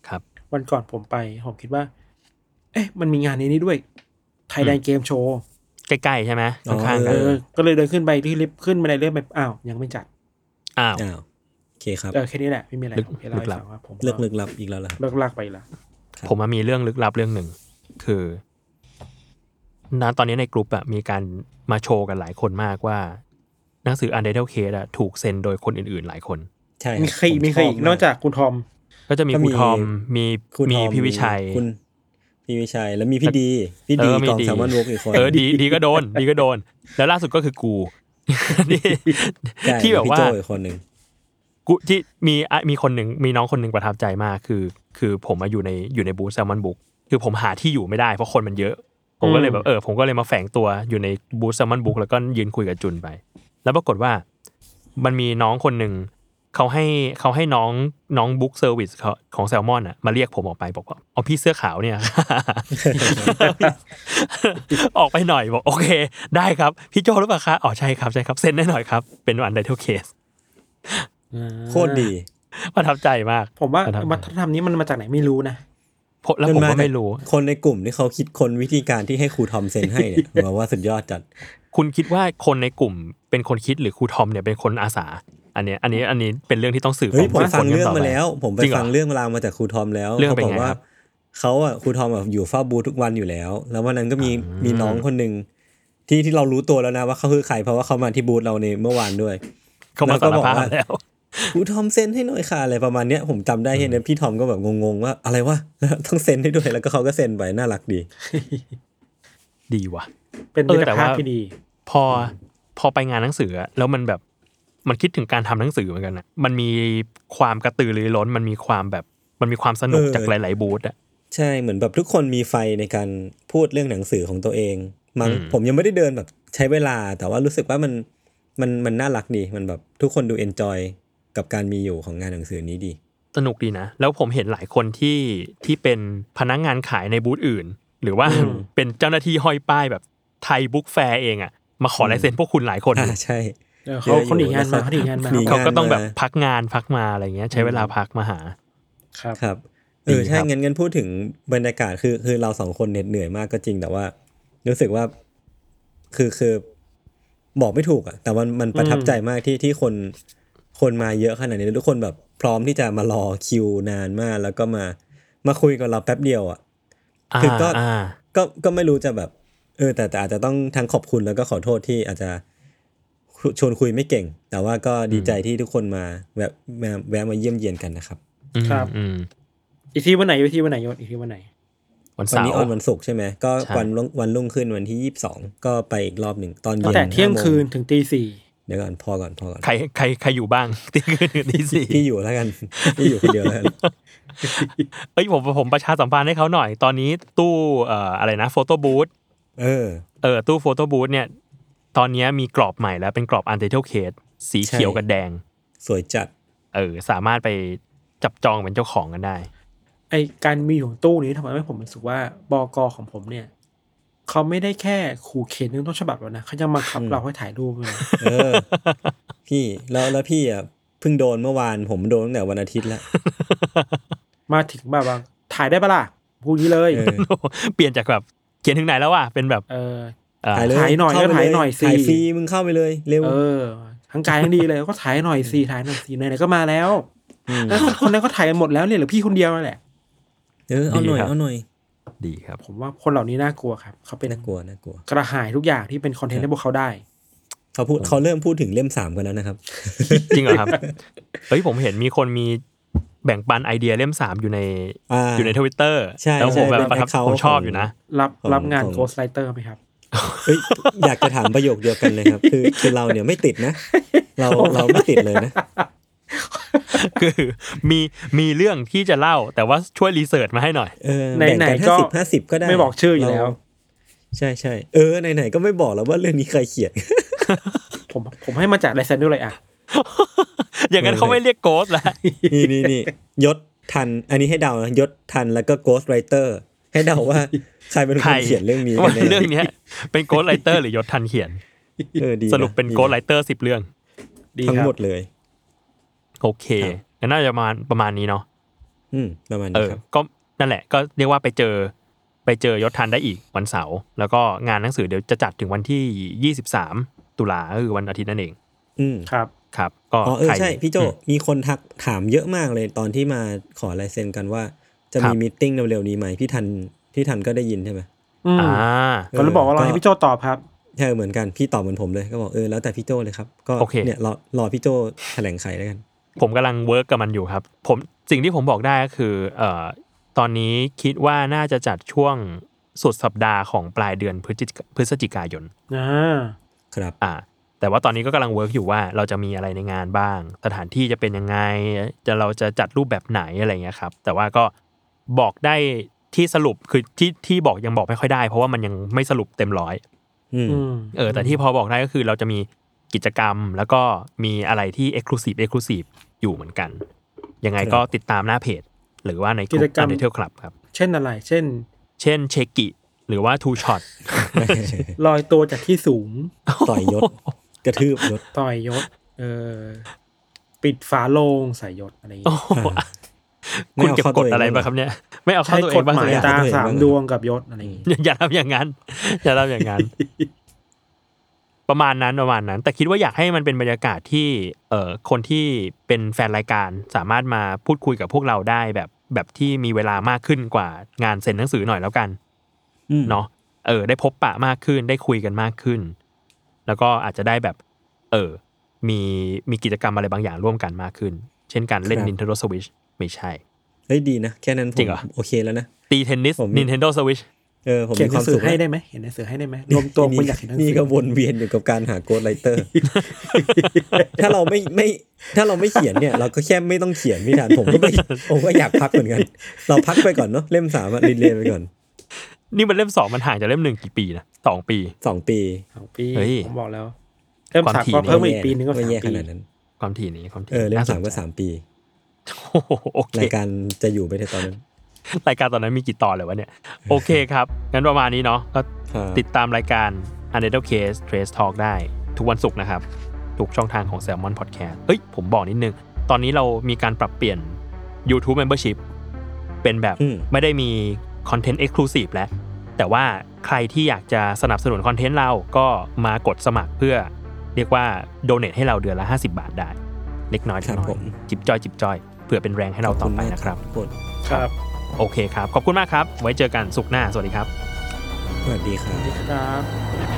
ครับ วันก่อนผมไป ผมคิดว่า เอ๊ะ มันมีงานในนี้ด้วย Thailand Game Show ใกล้ๆใช่ไหม อ๋อ ข้างๆ เอ กัน อ ก็เลยเดินขึ้นไปที่ลิฟต์ขึ้นมาในเรื่องไปอ้าว ยังไม่จัด อ้าว อ้าวโอเคครับ เออ แค่นี้แหละ ไม่มีอะไร ลึก ผมแค่เล่าให้ ลึกลับ ฟังว่าผม เลือกลึกลับอีกแล้วล่ะ เลิกลากไปละ ผมอะมีเรื่องลึกลับเรื่องหนึ่ง คือนะตอนนี้ในกลุ่มอะมีการมาโชว์กันหลายคนมากว่า หนังสือ Untitled Case อะถูกเซ็นโดยคนอื่นๆ หลายคน ใช่ มีใครอีกมีใครอีก ผมชบ น มา อกจากคุณทอม ก็จะมี ก็ คุ มี ณทอมมี คุณ มี ทอ พี่วิชัย คุณพี่วิชัยแล้วมีพี่ดี พี่ดี เออมี กอง ดี แซมมอนวกอีกคน เออดีดีก็โดน ดีก็โดน แล้วล่าสุดก็คือ กู ที่ ใช่ ที่แบบ พี่ ว่า โจอีกคนหนึ่ง กูที่มีอ่ะมีคนหนึ่งมีน้องคนหนึ่งประทับใจมากคือ คือผมมาอยู่ในอยู่ในบูธแซลมอนบุ๊กคือผมหาที่อยู่ไม่ได้เพราะคนมันเยอะ ผมก็เลยแบบเออผมก็เลยมาแฝงตัวอยู่ในบูธแซลมอนบุ๊กแล้วก็ยืนคุยกับจุนไป แล้วปรากฏว่ามันมีน้องคนหนึ่งเขาให้เขาให้น้องน้องบุ๊กเซอร์วิสของแซลมอนอ่ะมาเรียกผมออกไปบอกว่าเอาพี่เสื้อขาวเนี่ย ออกไปหน่อยบอกโอเค ได้ครับพี่โจหรือเปล่าคะอ๋อใช่ครับใช่ครับเซ็นได้หน่อยครับเป็นอันไดเทลเคส โคตรดี ประทับใจมาก ผมว่า ประทับใจ วัฒนธรรมนี้มันมาจากไหนไม่รู้นะ ผมแล้วผมก็ไม่รู้ คนในกลุ่มที่เขาคิดคนวิธีการที่ให้ครูทอมเซ็นให้เนี่ย ผมว่าสุดยอดจัด คุณคิดว่าคนในกลุ่มเป็นคนคิดหรือครูทอมเนี่ยเป็นคนอาสา อันเนี้ยอันนี้อันนี้เป็นเรื่องที่ต้องสืบ เฮ้ยผม ว่า ฟังเรื่อง คนต่ มา ไป แล้ว ผมไป จริงเหรอ ฟังเรื่องราวมาจากครูทอมแล้ว เรื่อง เขา เป็น บอก ไง ว่า ครับ เขาอ่ะครูทอมอ่ะอยู่เฝ้าบูธทุกวันอยู่แล้ว แล้ววันนั้นก็มีมีน้องคนหนึ่งที่ที่เรารู้ตัวแล้วนะว่าเขาคือใครเพราะว่าเขามาที่บูธเราในเมื่อวานด้วย เขามาสารภาพแล้ว ครูทอมเซ็นให้หน่อยค่ะอะไรประมาณเนี้ยผมจำได้เห็นยพี่ทอมก็แบบงงๆว่าอะไรวะ ต้องเซ็นให้ด้วยแล้วก็เขาก็เซ็นไปน่ารักดี ดีว่ะ เป็น เอ มิ อ ต แต่ รภาพ ว่า ที่ดี พอพอไปงานหนังสืออะแล้วมันแบบมันคิดถึงการทำหนังสือเหมือนกันนะมันมีความกระตือรือร้นมันมีความแบบมันมีความสนุก เออ จากหลาย ๆ บูธอะ ใช่เหมือนแบบทุกคนมีไฟในการพูดเรื่องหนังสือของตัวเองมั้ง อืม ผมยังไม่ได้เดินแบบใช้เวลา แต่ว่ารู้สึกว่ามันมันมันน่ารักดีมันแบบทุกคนดูเอนจอยกับการมีอยู่ของงานหนังสือนี้ดี สนุกดีนะ แล้วผมเห็นหลายคนที่ที่เป็นพนักงานขายในบูธอื่น หรือว่า อืม เป็นเจ้าหน้าที่ห้อยป้ายแบบไทยบุ๊กแฟร์เองอะมาขอลายเซ็นพวกคุณหลายคน อ่า อยู่ ใช่ เออเขาเขาหนีงานมาเขาหนีงานมา หนี เขา น ก็ต้องแบบ ม พักงานพักมาอะไรเงี้ย ใช้เวลาพักมาหา ครับ ครับเอ ดี อใช่ ครับ งั้นงั้นพูดถึงบรรยากาศคือคือเราสองคนเหน็ดเหนื่อยมากก็จริงแต่ว่า รู้สึกว่า คือคือบอกไม่ถูกอะแต่มันมันประทับใจมากที่ที่คนคนมาเยอะขนาดนี้แล้วทุกคนแบบพร้อมที่จะมารอคิวนานมาก แล้วก็มามาคุยกับเราแป๊บเดียวอะ อ่า คือก็ อ่า ก็ก็ไม่รู้จะแบบ เออ แต่แต่อาจจะต้องทั้งขอบคุณแล้วก็ขอโทษที่อาจจะชวนคุยไม่เก่ง แต่ว่าก็ดีใจที่ทุกคนมาแวะมาแวะมาเยี่ยมเยียนกันนะครับ อืม ครับ อืม อีกทีวันไหนอีกทีวันไหนยศอีกทีวันไหน วัน วัน เสา นี้ ร์ ออนวันศุกร์ใช่ไหมก็ ใช่ วันรุ่งวันรุ่งขึ้นวันที่ยี่สิบสองก็ไปอีกรอบหนึ่งตอนเย็ตั้ง น แต่เที่ยงคืน ห้าโม ถึงตีสี่ งเดี๋ยวก่อนพอก่อนพอก่อน ใครใครใครอยู่บ้าง ตีคืนตีสี่ พี่อยู่แล้วกัน พี่อยู่คนเดียวแล้วกัน เอ้ยผมผมประชาสัมพันธ์ให้เขาหน่อย ตอนนี้ตู้เอ่ออะไรนะโฟโต้บูธ เออ เออตู้โฟโต้บูธเนี่ย ตอนเนี้ยมีกรอบใหม่แล้วเป็นกรอบอันเทเทลเคสสีเขียว ใช่ กับแดง สวยจัด เออ สามารถไปจับจองเป็นเจ้าของกันได้ ไอการมีอยู่ของตู้นี้ทำไมให้ผมรู้สึกว่าบกของผมเนี่ยเขาไม่ได้แค่ขู่เข็นเรื่องต้นฉบับแล้วนะเขายังมาขับเราให้ถ่ายรูป เลยนะ เออ พี่แล้วแล้วพี่อ่ะเพิ่งโดนเมื่อวานผมโดนตั้งแต่วันอาทิตย์แล้ว มาถึงแบบว่าถ่ายได้ปะล่ะพูดงี้เลย เออ เปลี่ยนจากแบบเขียนถึงไหนแล้วว่ะเป็นแบบ เออ เอ่อ ถ่ายเลย ถ่ายหน่อย เข้ไป ก็ถ่ายหน่อยสิ ถ่ายฟรีมึงเข้าไปเลยเร็ว เออทั้งกายทั้งดีเลยก็ถ่ายหน่อยสิถ่ายหน่อยสิไหนๆก็มาแล้วแล้วคนคนนั้นก็ถ่ายกันหมดแล้วเนี่ยเหรือพี่คนเดียวนั่นแหละ เออเอาหน่อยเอาหน่อย ดีครับ ผมว่าคนเหล่านี้น่ากลัวครับเขาเป็น น่ากลัวน่ากลัว กระหายทุกอย่างที่เป็นคอนเทนต์ให้พวกเขาได้ เขาพูดเขาเริ่มพูดถึงเล่มสามกันแล้วนะครับ จริงเหรอครับ เฮ้ยผมเห็นมีคนมีแบ่งปันไอเดียเล่มสามอยู่ใน อ่า อยู่ในทวิตเตอร์ ใช่ แล้วผม ใช่ แบบ เป็น ประทับ account ผมชอบ ของ อยู่นะ รับ ของ รับงาน ของ โกสไลเตอร์ไหมครับ เอ้ยอยากจะถามประโยคเดียวกันเลยครับ คือคือเราเนี่ยไม่ติดนะ เราเราไม่ติดเลยนะ คือมีมีเรื่องที่จะเล่า แต่ว่าช่วยรีเสิร์ชมาให้หน่อย เออ ไหน แบ่ง ไหน กัน ก็ ห้าสิบห้าสิบก็ได้ ไม่บอกชื่ออยู่แล้ว เราใช่ใช่เออไหนไหนๆก็ไม่บอกแล้วว่าเรื่องนี้ใครเขียน ผมผมให้มาจากไรเซนด้วยเลยอ่ะ อย่างนั้น เออ เขาไม่เรียกโกสแล้ว นี่นี่นี่ยศทัน อันนี้ให้เดานะยศทันแล้วก็โกสไรเตอร์ให้เดาว่า ใครเป็น ใค ค ร นเขียนเรื่องนี้ ว่า กันแน่ เรื่องเนี้ย เป็นโกสไลเตอร์หรือยศทันเขีย น เออดีะ สรุปเป็น ดีะ โกสไลเตอร์สิบเรื่อง ดี ทั้ ค ง รับ หมดเลย โอเค ครับ ก็น่าจะประมาณประมาณนี้เนาะ อืมประมาณ เอ นี้ อ ครับ ก็นั่นแหละ ก็เรียกว่าไปเจอ ไปเจอยศทันได้อีกวันเสาร์ แล้วก็งานหนังสือเดี๋ยวจะจัดถึงวันที่ 23 ตุลาก็คือวันอาทิตย์นั่นเอง อืม ครับ ครับ ก็ อ๋อเออ ใคร ใช่พี่โจมีคนทักถามเยอะมากเลยตอนที่มาขอลายเซ็นกันว่า จะ ค มี รับ มิทติ้งเร็วๆนี้ไหมพี่ทันพี่ทันก็ได้ยินใช่ไหม อืม อ่า ก็เลยบอกว่ารอให้พี่โจตอบครับ ใช่เหมือนกันพี่ตอบเหมือนผมเลยก็บอกเออแล้วแต่พี่โจเลยครับ ก็ โอเค เนี่ยรอรอพี่โจแถลงไขแล้วกัน ผมกำลังเวิร์กกับมันอยู่ครับ ผมสิ่งที่ผมบอกได้ก็คือเอ่อตอนนี้คิดว่าน่าจะจัดช่วงสุดสัปดาห์ของปลายเดือนพฤศจิกพฤศจิกายน อ่า ครับ อ่า แต่ว่าตอนนี้ก็กำลังเวิร์กอยู่ว่าเราจะมีอะไรในงานบ้าง สถานที่จะเป็นยังไง จะเราจะจัดรูปแบบไหนอะไรเงี้ยครับ แต่ว่าก็บอกได้ที่สรุปคือที่ที่บอกยังบอกไม่ค่อยได้ เพราะว่ามันยังไม่สรุปเต็มร้อย อืม อืม เออแต่ที่พอบอกได้ก็คือเราจะมีกิจกรรมแล้วก็มีอะไรที่ Exclusive Exclusive อยู่เหมือนกัน ยังไงก็ติดตามหน้าเพจ หรือว่าในกลุ่ กิจ ม กรรม อันเทลคลับครับ เช่นอะไร เช่น เช่นเชกิหรือว่าทูช็อต ลอยตัวจากที่สูง ต่อยยศกระทืบยศ ต่อยยศ เออ ปิดฝาโลงใส่ยศอะไรอย่างเงี้ย ไม่ คุณ เอา เก็บ เข้าก ตัว ด เอง อะไรมาครับเนี่ย ไม่เอาเข้า ใช้ ตัวเอก ง ฎ บ้าง ห เล มาย ย ตา ตัวเองบ้าง สามดวงกับยศอะไรอย่างเงี้ย อย่าทำอย่างนั้น อย่าทำอย่างนั้น ประมาณนั้นประมาณนั้น แต่คิดว่าอยากให้มันเป็นบรรยากาศที่เอ่อคนที่เป็นแฟนรายการสามารถมาพูดคุยกับพวกเราได้แบบแบบที่มีเวลามากขึ้นกว่างานเซ็นหนังสือหน่อยแล้วกัน อืม เนาะเออได้พบปะมากขึ้นได้คุยกันมากขึ้น แล้วก็อาจจะได้แบบ เออ มีมีกิจกรรมอะไรบางอย่างร่วมกันมากขึ้น เช่นการเล่น ครับ Nintendo Switch ไม่ใช่ เฮ้ยดีนะ แค่นั้นผ จริงมเหรอ โอเคแล้วนะ ตีเทนนิส ผมมี Nintendo Switch เออผม เขียน มี ห ค นั วาม งสื สุ อ ข ให้ แล้ว ได้ไหมเขียนหนังสือให้ได้ไหมรวมตัวคนอยากเห็นหนังสื นี่ อ ก็วนเวียนอยู่กับการหาโกดไลเตอร์ ถ้าเราไม่ไม่ถ้าเราไม่เขียนเนี่ย เราก็แค่ไม่ต้องเขียนพี่ทันผมก็ไม่ผมก็อยากพักเหมือนกัน เราพักไปก่อนเนาะเล่มสามอะรีเลย์ไปก่อน นี่มันเล่มสองมันห่างจากเล่มหนึ่งกี่ปีนะสองปี สองปี สองปี เฮ้ย ผมบอกแล้ว เริ่ม ความ สาม ถี่ ก็เพิ่มมาอีกปีนึงก็ ไม่ สาม แย่ข ปี นาดนั้น ความถี่นี้ความถี่ เออเล่ม น่ สามก็ นใจ สามปี โอ้โหโอเค รายการจะอยู่ไปในตอนนั้น รายการตอนนั้นมีกี่ตอนเลยวะ เนี่ย โอเคครับ งั้นประมาณนี้เนาะก็ ครับ ติดตามรายการ u n d e r t a l e Case Trace Talk ได้ ทุกวันศุกร์นะครับ ทุกช่องทางของ Salmon Podcast เอ้ย ผมบอกนิดนึง ตอนนี้เรามีการปรับเปลี่ยน YouTube Membership เป็นแบบ อืม ไม่ได้มีคอนเทนต์ Exclusive แล้ว แต่ว่าใครที่อยากจะสนับสนุนคอนเทนต์เราก็มากดสมัครเพื่อ เรียกว่าโดเน a t ให้เราเดือนละ 50 บาทได้ เล็กน้อย ครับ น้อย ผม จิบจ้อยจิบจ้อยเผื่อเป็นแรงให้เราต่อไปนะครับ ขอณมากครับ ครับ โอเคครับ ขอบคุณมากครับ ไว้เจอกันสุขหน้า สวัสดีครับ สวัสดีครับ ครับ